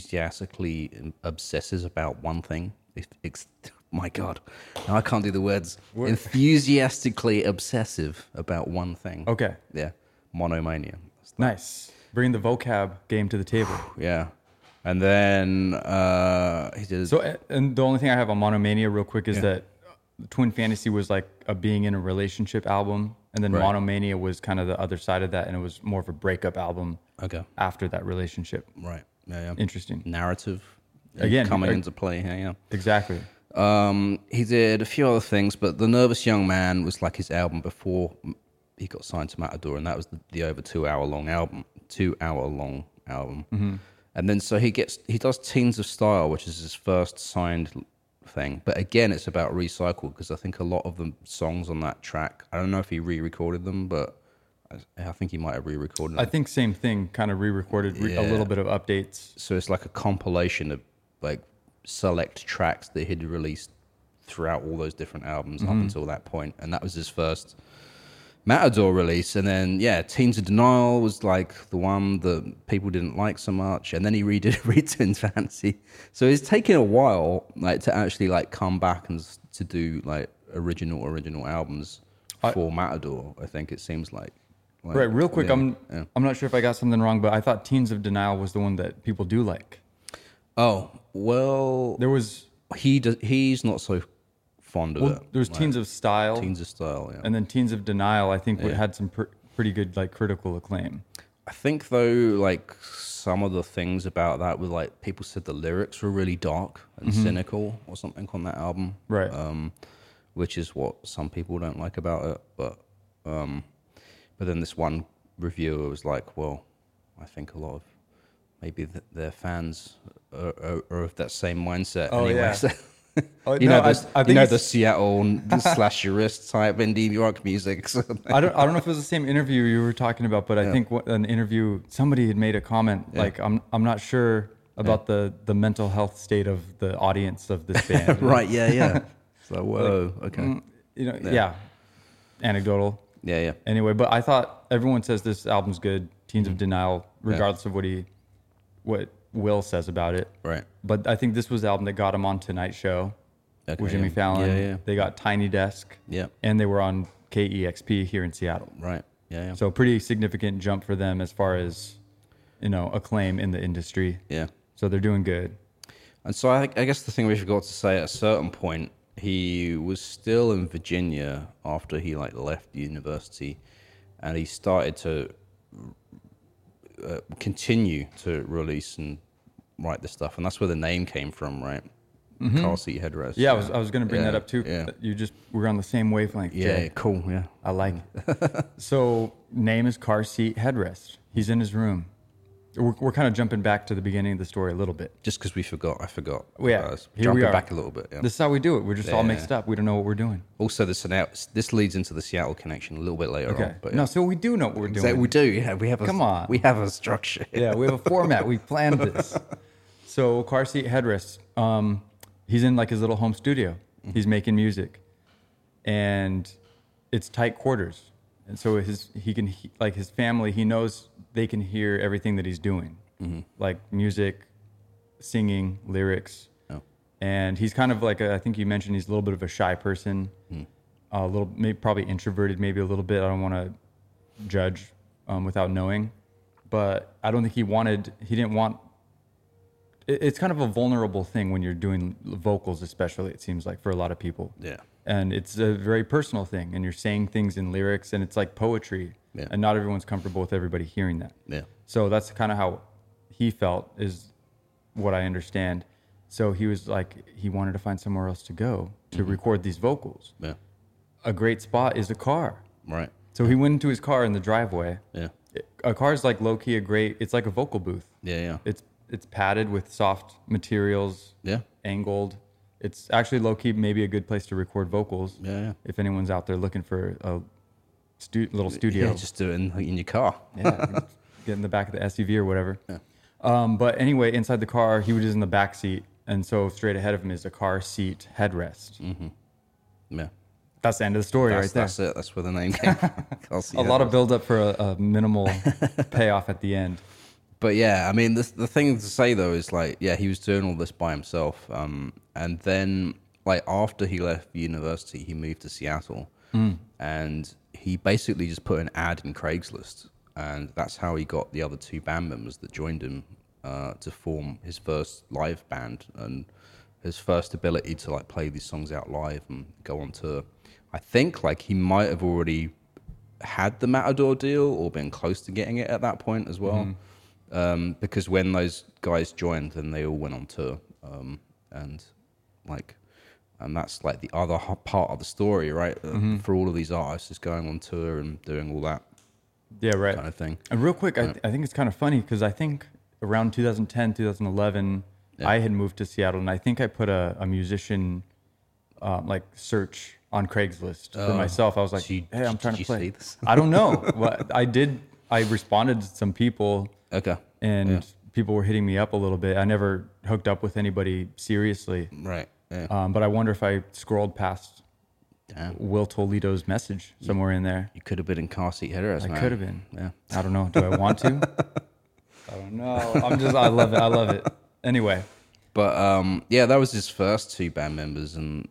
enthusiastically obsesses about one thing If it's, my god now i can't do the words enthusiastically obsessive about one thing
Okay.
yeah monomania
Nice. Bring the vocab game to the table.
yeah and then uh he did
So, a- and the only thing I have on Monomania, real quick, is that Twin Fantasy was like a being in a relationship album, and then
Right.
Monomania was kind of the other side of that, and it was more of a breakup album
okay
after that relationship.
right yeah, yeah.
Interesting.
narrative
Again, uh,
coming
I-
into play here yeah
Exactly.
Um, he did a few other things, but The Nervous Young Man was like his album before he got signed to Matador, and that was the, the over two hour long album, two hour long album. And then so he gets he does Teens of Style, which is his first signed thing. But again, it's about recycled because I think a lot of the songs on that track, I don't know if he re-recorded them, but I, I think he might have re-recorded.
I
Them.
think same thing, kind of re-recorded re- a
Yeah.
little bit of updates.
so it's like a compilation of like select tracks that he'd released throughout all those different albums
Mm-hmm.
up until that point and that was his first matador release and then yeah teens of denial was like the one that people didn't like so much and then he redid return fancy so it's taken a while like to actually like come back and s- to do like original original albums for matador i think it seems like, Like,
Right, real quick,
yeah,
I'm
yeah.
I'm not sure if I got something wrong, but I thought Teens of Denial was the one that people do like.
oh well
There was
he does, he's not so fond of
well,
it.
there was Teens of Style,
Uh, Teens of style. Yeah.
and then Teens of Denial. I think we had some pr- pretty good like critical acclaim.
I think though, like some of the things about that were like people said the lyrics were really dark and cynical or something on that album,
Mm-hmm. Right.
Um, which is what some people don't like about it. But um, but then this one reviewer was like, well, I think a lot of maybe th- their fans are, are, are of that same mindset.
Oh,
anyway.
yeah.
So-
Oh,
You
no,
know,
I-
the,
I
you
think
know
it's-
the Seattle slash your wrist type indie rock music. so-
I don't, I don't know if it was the same interview you were talking about, but I think what, an interview somebody had made a comment like I'm I'm not sure about the the mental health state of the audience of this band.
right, yeah, yeah. So whoa, okay,
You know, yeah. Anecdotal.
yeah, yeah.
Anyway, but I thought everyone says this album's good, Teens
Mm.
of Denial, regardless of what he what Will says about it.
Right.
But I think this was the album that got him on Tonight Show
Okay,
with Jimmy
yeah.
Fallon.
Yeah, yeah.
They got Tiny Desk.
Yeah.
And they were on KEXP here in Seattle.
Right, yeah, yeah.
So pretty significant jump for them as far as you know acclaim in the industry.
yeah.
So they're doing good.
And so I, I guess the thing we forgot to say at a certain point, he was still in Virginia after he like left university, and he started to uh, continue to release and write this stuff, and that's where the name came from, right? Car seat headrest.
Mm-hmm. Yeah, I was I was gonna bring
Yeah,
that up too.
Yeah,
You just we're on the same wavelength.
yeah,
Jay.
cool. Yeah,
I like it. so name is car seat headrest. He's in his room. We're, we're kind of jumping back to the beginning of the story a little bit.
Just because we forgot, I forgot.
Well, yeah,
Guys,
here
Jumping
we are.
back a little bit. Yeah.
This is how we do it. We're just all
Yeah.
mixed up. We don't know what we're doing.
also, the Seattle, this leads into the Seattle connection a little bit later
Okay.
on. But
No, so we do know what we're
yeah.
doing.
So we do. Yeah, we have. A,
Come on.
we have a structure.
Yeah, we have a format. We planned this. So car seat headrest. Um, he's in like his little home studio. He's making music, and it's tight quarters. And so his he can he, like his family. He knows they can hear everything that he's doing, like music, singing, lyrics.
Oh.
And he's kind of like a, I think you mentioned he's a little bit of a shy person,
Hmm.
a little maybe probably introverted, maybe a little bit. I don't want to judge um, without knowing, but I don't think he wanted. He didn't want. it- it's kind of a vulnerable thing when you're doing vocals, especially. It seems like for a lot of people.
Yeah.
And it's a very personal thing, and you're saying things in lyrics, and it's like poetry,
Yeah.
and not everyone's comfortable with everybody hearing that.
Yeah.
So that's kind of how he felt, is what I understand. So he was like, he wanted to find somewhere else to go to
Mm-hmm.
record these vocals.
Yeah.
A great spot is a car.
Right.
So he went into his car in the driveway.
Yeah.
A car's like low key a great, it's like a vocal booth.
Yeah. Yeah.
It's it's padded with soft materials,
yeah.
angled. It's actually low key maybe a good place to record vocals.
Yeah, yeah.
If anyone's out there looking for a stu- little studio.
Yeah. Just do it in, in your car.
Yeah, get in the back of the SUV or whatever. Um, but anyway, inside the car, he was just in the back seat, and so straight ahead of him is a car seat headrest.
Yeah.
That's the end of the story, right
Mm. That's,
there.
that's it. That's where the name came. from. Car seat
a lot
headrest.
of buildup for a, a minimal payoff at the end.
But yeah, I mean, the the thing to say though is like, yeah, he was doing all this by himself, um, and then like after he left university, he moved to Seattle, and he basically just put an ad in Craigslist, and that's how he got the other two band members that joined him uh, to form his first live band and his first ability to like play these songs out live and go on tour. I think like he might have already had the Matador deal or been close to getting it at that point as well. Um, because when those guys joined, then they all went on tour. Um, and like, and that's like the other h- part of the story, right? Uh,
Mm-hmm.
For all of these artists, is going on tour and doing all that
Yeah, right.
kind of thing.
And real quick, I, I think it's kind of funny because I think around 2010, 2011, I had moved to Seattle, and I think I put a, a musician um, like search on Craigslist for myself. I was like,
Oh. So you-
"Hey, I'm
did
trying to
you
play."
see this?
I don't know. well, I did. I responded to some people,
Okay,
and people were hitting me up a little bit. I never hooked up with anybody seriously,
right. Yeah.
um, but I wonder if I scrolled past
Damn.
Will Toledo's message somewhere in there.
You could have been in car seat headrest.
I
man.
could have been.
Yeah.
I don't know. Do I want to? I don't know. I'm just. I love it. I love it. Anyway,
But um, yeah, that was his first two band members, and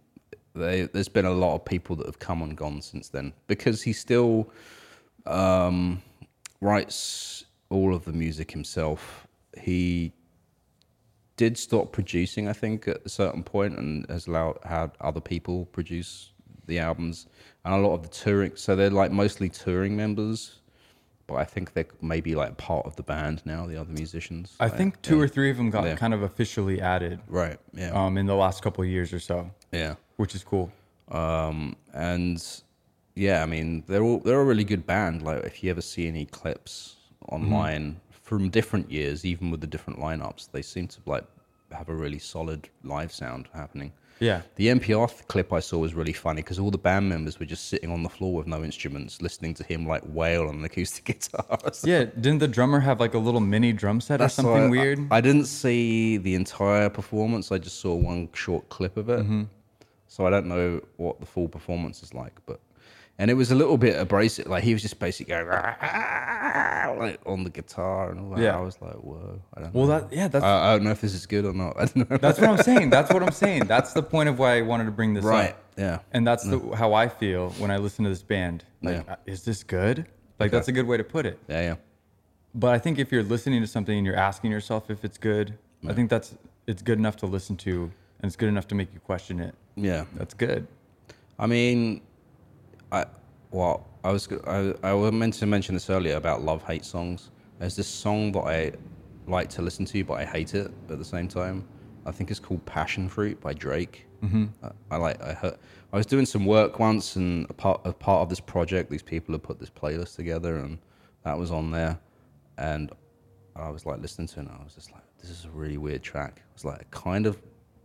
they, there's been a lot of people that have come and gone since then because he still um, writes all of the music himself. He did stop producing, I think, at a certain point, and has allowed had other people produce the albums and a lot of the touring. So they're like mostly touring members, but I think they're maybe like part of the band now. The other musicians,
I
Like,
think two or three of them got
Yeah.
kind of officially added
right, yeah,
um, in the last couple of years or so,
yeah.
which is cool.
and yeah, I mean they're all they're a really good band. Like if you ever see any clips online from different years, even with the different lineups, they seem to like have a really solid live sound happening.
Yeah.
The NPR th- clip I saw was really funny because all the band members were just sitting on the floor with no instruments, listening to him like wail on an acoustic guitar. or something.
Yeah. Didn't the drummer have like a little mini drum set or
That's
something
why I-
weird?
I, didn't see the entire performance. I just saw one short clip of it.
Mm-hmm.
So I don't know what the full performance is like, but and it was a little bit abrasive. Like he was just basically going "Ah," like on the guitar and all that.
Yeah.
I was like, whoa. I don't
well,
know.
that yeah. That's
I, I don't know if this is good or not. I don't know.
that's what I'm saying. That's what I'm saying. That's the point of why I wanted to bring this
right.
up.
Yeah.
And that's the, how I feel when I listen to this band. Like,
Yeah.
uh, is this good? Like, that's a good way to put it.
Yeah. Yeah.
but I think if you're listening to something and you're asking yourself if it's good, I think that's it's good enough to listen to and it's good enough to make you question it.
Yeah.
That's good.
I mean, I well, I was go- I I was meant to mention this earlier about love hate songs. There's this song that I like to listen to, but I hate it at the same time. I think it's called Passion Fruit by Drake. Mm-hmm. I, I like I heard, I was doing some work once, and a part a part of this project, these people had put this playlist together, and that was on there, and I was like listening to it, and I was just like, this is a really weird track. I was like, I kind of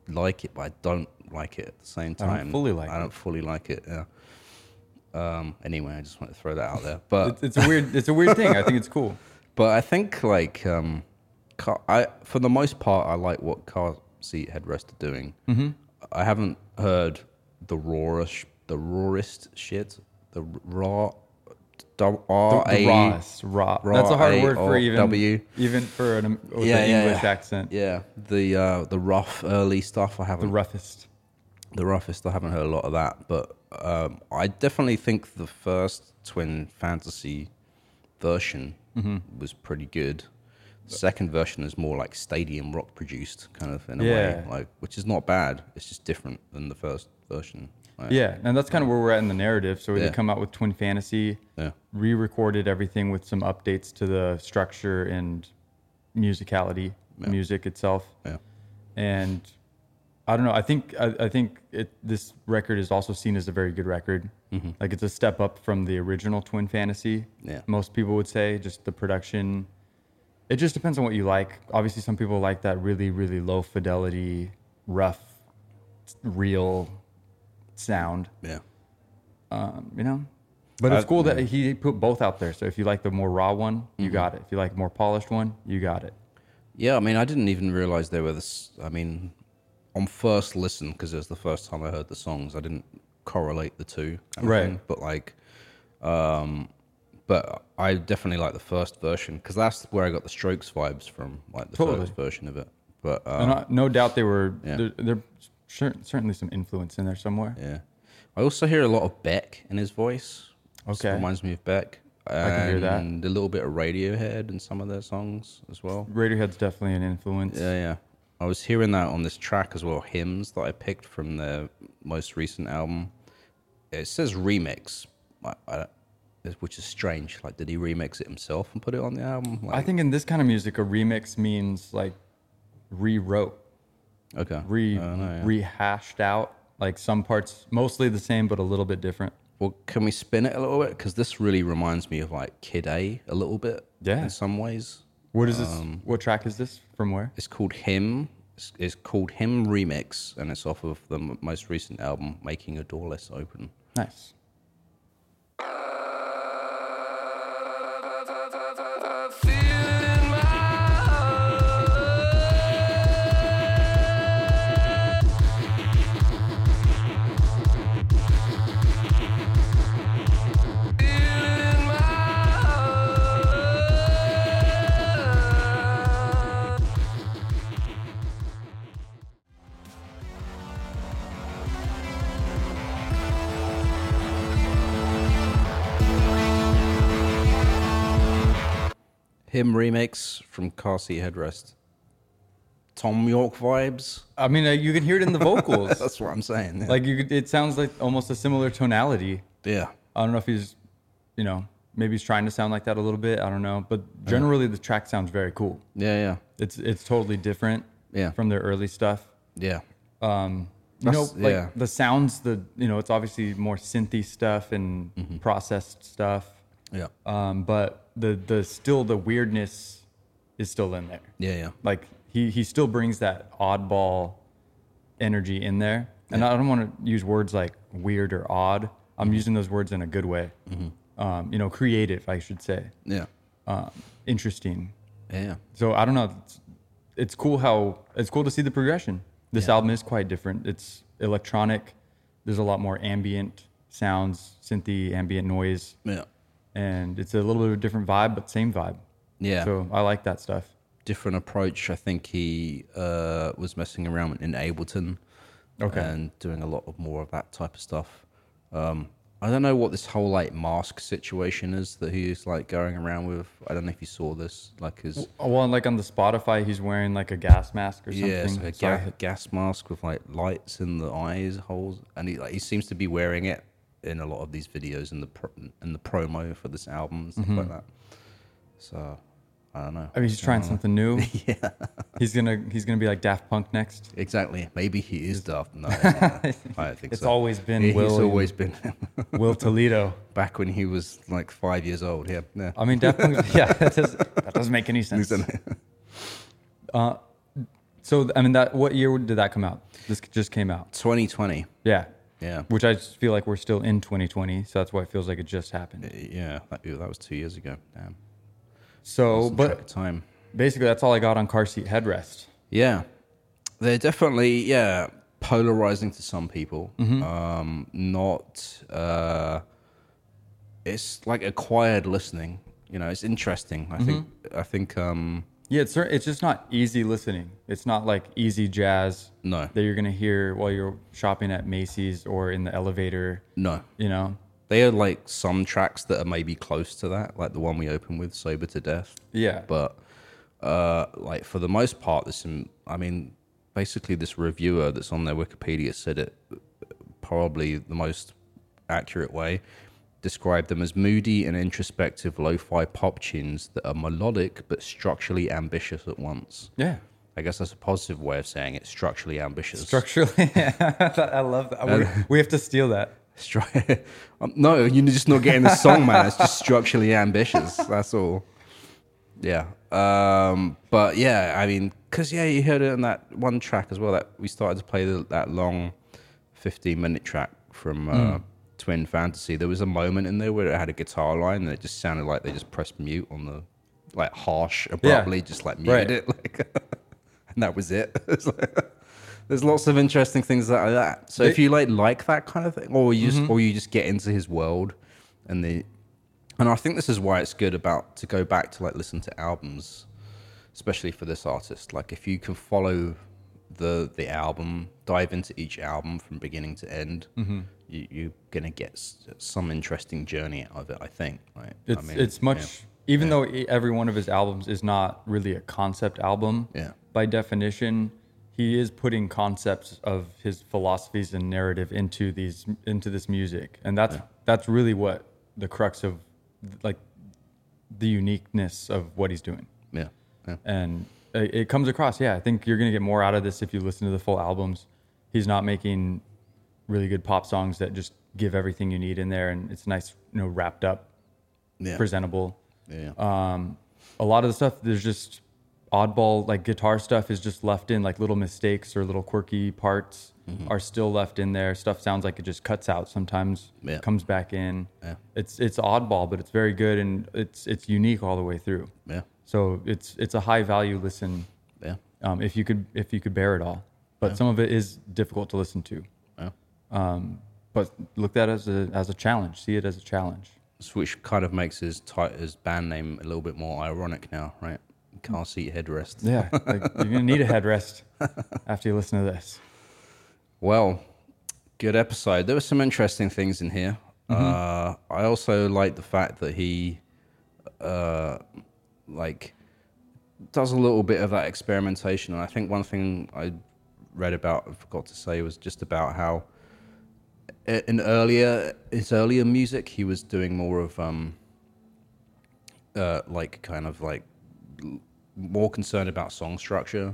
like it, but I don't like it at the same time.
don't fully like
I
it.
don't fully like it. Yeah. Um, anyway, I just want to throw that out there. But
It's, it's a weird it's a weird thing. I think it's cool.
but I think like um, car, I for the most part I like what car seat headrest are doing. Mm-hmm. I haven't heard the rawest the rawest shit the raw the,
The, the rawest, raw.
raw
That's a hard
A
word for
or
even
W.
even for an um, with an English accent.
Yeah, the uh, the rough early stuff I
The
haven't
roughest.
the roughest. I haven't heard a lot of that, but um, I definitely think the first Twin Fantasy version
Mm-hmm.
was pretty good. The second version is more like stadium rock produced, kind of in a way,
Yeah.
like which is not bad. It's just different than the first version. Like,
Yeah, and that's kind of where we're at in the narrative. So
Yeah.
they come out with Twin Fantasy,
Yeah.
re-recorded everything with some updates to the structure and musicality, music itself.
yeah.
and I don't know. I think I, I think it, this record is also seen as a very good record. Like it's a step up from the original Twin Fantasy.
Yeah.
most people would say just the production. It just depends on what you like. Obviously, some people like that really really low fidelity, rough, real sound.
yeah.
Um, you know. But it's
I-
cool that he put both out there. So if you like the more raw one, you got it. If you like a more polished one, you got it.
Yeah, I mean, I didn't even realize they were this. I mean, on first listen, because it was the first time I heard the songs, I didn't correlate the two. kind of
Right.
thing. But like, um, but I definitely like the first version because that's where I got the Strokes vibes from, like the
Totally.
first version of it. But um,
And I, no doubt they were.
Yeah.
There, there cer- certainly some influence in there somewhere.
yeah, I also hear a lot of Beck in his voice.
Okay.
reminds me of Beck. And
can hear that.
A little bit of Radiohead in some of their songs as well.
Radiohead's definitely an influence.
Yeah, yeah. I was hearing that on this track as well, hymns that I picked from their most recent album. It says remix, I, I, don't- which is strange. Like, did he remix it himself and put it on the album? Like,
I think in this kind of music, a remix means like rewrote,
okay,
re
I don't know, yeah.
rehashed out, Like some parts mostly the same, but a little bit different.
Well, can we spin it a little bit? Because this really reminds me of like Kid A a little bit.
Yeah.
In some ways,
What is
Um,
this? What track is this? From where?
it's called Him. It's, it's called Him Remix, and it's off of the m- most recent album, Making a Door Less Open.
Nice.
Him Remix from Car Seat Headrest. Tom York vibes.
I mean, uh, you can hear it in the vocals.
That's what I'm saying. yeah.
like you, could- it sounds like almost a similar tonality.
yeah.
I don't know if he's, you know, maybe he's trying to sound like that a little bit. I don't know, but
Uh-huh.
generally the track sounds very cool.
Yeah, yeah,
It's it's totally different
Yeah.
from their early stuff.
yeah.
You know,
That's-
like
yeah.
the sounds, the you know, it's obviously more synthy stuff and
Mm-hmm.
processed stuff.
Yeah.
Um, but the the still the weirdness is still in there.
Yeah, yeah.
Like he he still brings that oddball energy in there. And I don't want to use words like weird or odd. I'm
Mm-hmm.
using those words in a good way. Um, you know, creative, I should say.
Yeah.
Uh, interesting.
Yeah.
So I don't know. It's, it's cool how it's cool to see the progression. This album is quite different. It's electronic. There's a lot more ambient sounds, synthy ambient noise,
Yeah.
and it's a little bit of a different vibe, but same vibe.
Yeah.
So I like that stuff.
Different approach. I think he uh, was messing around in Ableton
Okay.
and doing a lot of more of that type of stuff. Um, I don't know what this whole like mask situation is that he's like going around with. I don't know if you saw this. Like his
Oh, Well, and like on the Spotify, he's wearing like a gas mask or something.
yeah, it's like a
So I
ga- gas mask with like lights in the eyes holes, and he like he seems to be wearing it in a lot of these videos in the pro- in the promo for this album and stuff
Mm-hmm.
like that. So I don't know.
I mean, he's trying something new. yeah. He's gonna he's gonna be like Daft Punk next.
Exactly. Maybe he is daft. No, no, no. I don't think
It's
so.
always been
He's
Will and-
always been
Will Toledo.
back when he was like five years old. Yeah. yeah.
I mean, Daft Punk. yeah, that doesn't, that doesn't make any sense. uh, so I mean, that what year did that come out? This just came out.
2020.
Yeah.
Yeah.
Which I just feel like we're still in 2020, so that's why it feels like it just happened.
Yeah. That, ew, that was two years ago. Damn.
So,
Some track of
but
time.
basically, that's all I got on car seat headrest.
Yeah, they're definitely yeah polarizing to some people. Um, not uh, it's like acquired listening. You know, it's interesting. I think I think um,
Yeah, it's cer- it's just not easy listening. It's not like easy jazz
No.
that you're gonna hear while you're shopping at Macy's or in the elevator.
no,
You know,
they are like some tracks that are maybe close to that, like the one we open with, "Sober to Death."
yeah,
but uh, like for the most part, there's some. I mean, basically, this reviewer that's on their Wikipedia said it uh, probably the most accurate way. Described them as moody and introspective lo-fi pop tunes that are melodic but structurally ambitious at once.
yeah.
I guess that's a positive way of saying it. Structurally ambitious.
Structurally, I love that. We, we have to steal that.
Stru- Um, no, you're just not getting the song, man. It's just structurally ambitious. That's all. Yeah. Um, but yeah, I mean, because yeah, you heard it on that one track as well. That we started to play the, that long, fifteen-minute track from uh, Twin Fantasy. There was a moment in there where it had a guitar line, and it just sounded like they just pressed mute on the, like harsh abruptly, just like muted
Right.
it, like, and that was it. It's like- there's lots of interesting things like that. So if you like like that kind of thing, or you
Mm-hmm.
just, or you just get into his world, and the, and I think this is why it's good about to go back to like listen to albums, especially for this artist. Like if you can follow the the album, dive into each album from beginning to end,
Mm-hmm.
you, you're gonna get s- some interesting journey out of it. I think. Right?
It's
I mean,
it's much even though e- every one of his albums is not really a concept album.
Yeah.
By definition, he is putting concepts of his philosophies and narrative into these into this music, and that's that's really what the crux of like the uniqueness of what he's doing,
Yeah. yeah. yeah.
and it, it comes across. Yeah, I think you're gonna get more out of this if you listen to the full albums. He's not making really good pop songs that just give everything you need in there, and it's nice, you know, wrapped up,
Yeah.
presentable.
Yeah.
uh, A lot of the stuff there's just oddball like guitar stuff is just left in like little mistakes or little quirky parts
Mm-hmm.
are still left in there. Stuff sounds like it just cuts out sometimes,
Yeah.
comes back in.
Yeah.
It's it's oddball, but it's very good and it's it's unique all the way through.
yeah.
So it's it's a high value listen
Yeah.
um, if you could if you could bear it all. But some of it is difficult to listen to. Um,
Yeah.
But look at that as a as a challenge. See it as a challenge.
So which kind of makes his tight his band name a little bit more ironic now, right? Car seat headrest.
Yeah, like you're gonna need a headrest after you listen to this.
Well, good episode. There were some interesting things in here. Uh, I also like the fact that he, uh, like, does a little bit of that experimentation. And I think one thing I read about and forgot to say was just about how i- in earlier his earlier music he was doing more of um, uh, like kind of like l- more concerned about song structure.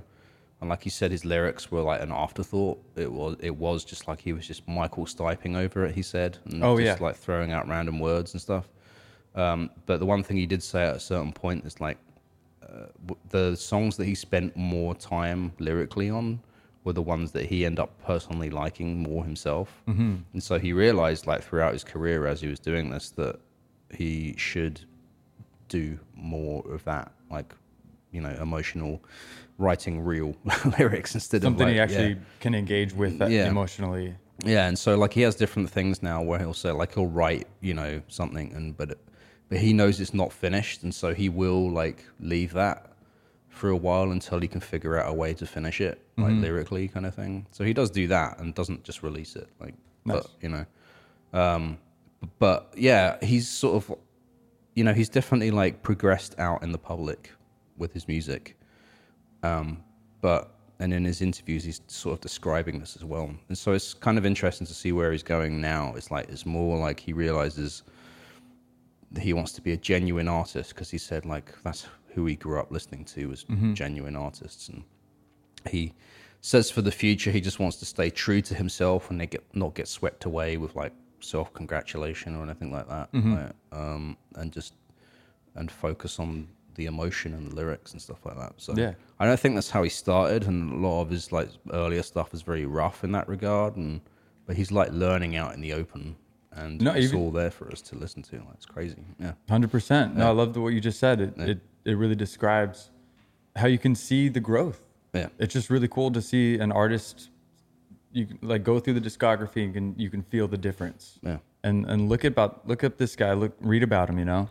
And like you said, his lyrics were like an afterthought. It was it was just like he was just Michael Stiping over it. He said, and
Oh,
just
yeah.
like throwing out random words and stuff. Um, but the one thing he did say at a certain point is like w- the songs that he spent more time lyrically on were the ones that he ended up personally liking more himself. Mm-hmm. And so he realized, like throughout his career, as he was doing this, that he should do more of that, like you know, emotional writing, real lyrics instead
Something
of like,
you
yeah.
actually can engage with uh,
Yeah.
emotionally.
Yeah, and so like he has different things now where he'll say like he'll write you know something and but but he knows it's not finished and so he will like leave that for a while until he can figure out a way to finish it like lyrically kind of thing. So he does do that and doesn't just release it like
Nice.
but, you know. Um, but yeah, he's sort of you know he's definitely like progressed out in the public with his music but and in his interviews he's sort of describing this as well and so it's kind of interesting to see where he's going now it's like it's more like he realizes that he wants to be a genuine artist because he said like that's who he grew up listening to was genuine artists and he says for the future he just wants to stay true to himself and they get not get swept away with like self congratulation or anything like that Like, um, and just and focus on the emotion and the lyrics and stuff like that so
Yeah.
I don't think that's how he started, and a lot of his like earlier stuff is very rough in that regard. And but he's like learning out in the open, and
No,
it's
even-
all there for us to listen to. Like, it's crazy. Yeah,
Hundred percent. No, I love the, what you just said. It, it it really describes how you can see the growth.
yeah,
It's just really cool to see an artist. You can, like go through the discography and can, you can feel the difference.
yeah,
and and look about look up this guy look read about him you know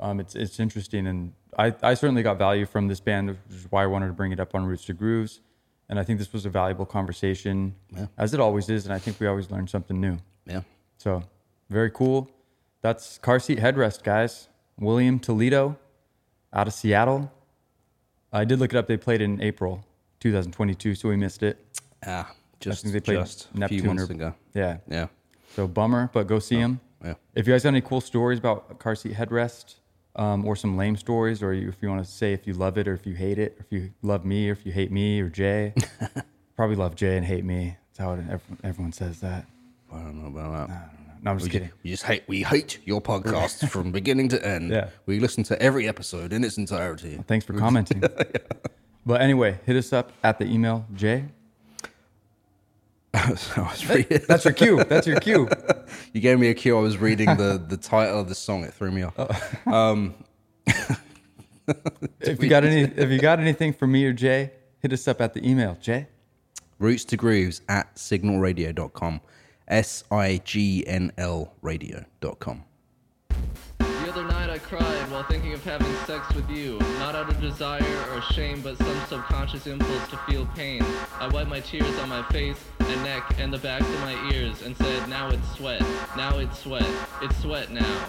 um it's it's interesting and i i certainly got value from this band which is why i wanted to bring it up on roots to grooves and i think this was a valuable conversation
Yeah.
as it always is and i think we always learn something new
yeah.
so very cool that's car seat headrest guys william toledo out of seattle i did look it up they played in april 2022 so we missed it
Ah,
i
just
think they played
just a few
neptune
months
or,
ago.
yeah
Yeah,
so bummer, but go see him.
yeah.
If you guys got any cool stories about car seat headrest, um, or some lame stories, or you, if you want to say if you love it or if you hate it, or if you love me or if you hate me or Jay, probably love Jay and hate me. That's how it, everyone, everyone says that.
I don't know about that.
No, I'm just
We
kidding.
just, we just hate. We hate your podcast from beginning to end.
Yeah.
we listen to every episode in its entirety.
Thanks for commenting. But anyway, hit us up at the email Jay.
So I was reading,
That's your cue. That's your cue.
you gave me a cue. I was reading the the title of the song. It threw me off.
Oh. if you got any, if you got anything for me or Jay, hit us up at the email Jay.
Roots to Grooves at signalradio.com. S I G N L radio.com.
The other night I cried while thinking of having sex with you. Not out of desire or shame, but some subconscious impulse to feel pain. I wiped my tears on my face and neck and the backs of my ears and said, Now it's sweat. Now it's sweat. It's sweat now.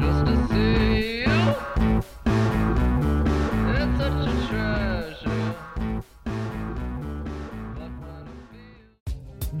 Just to see you. It's such a treasure. But when I feel-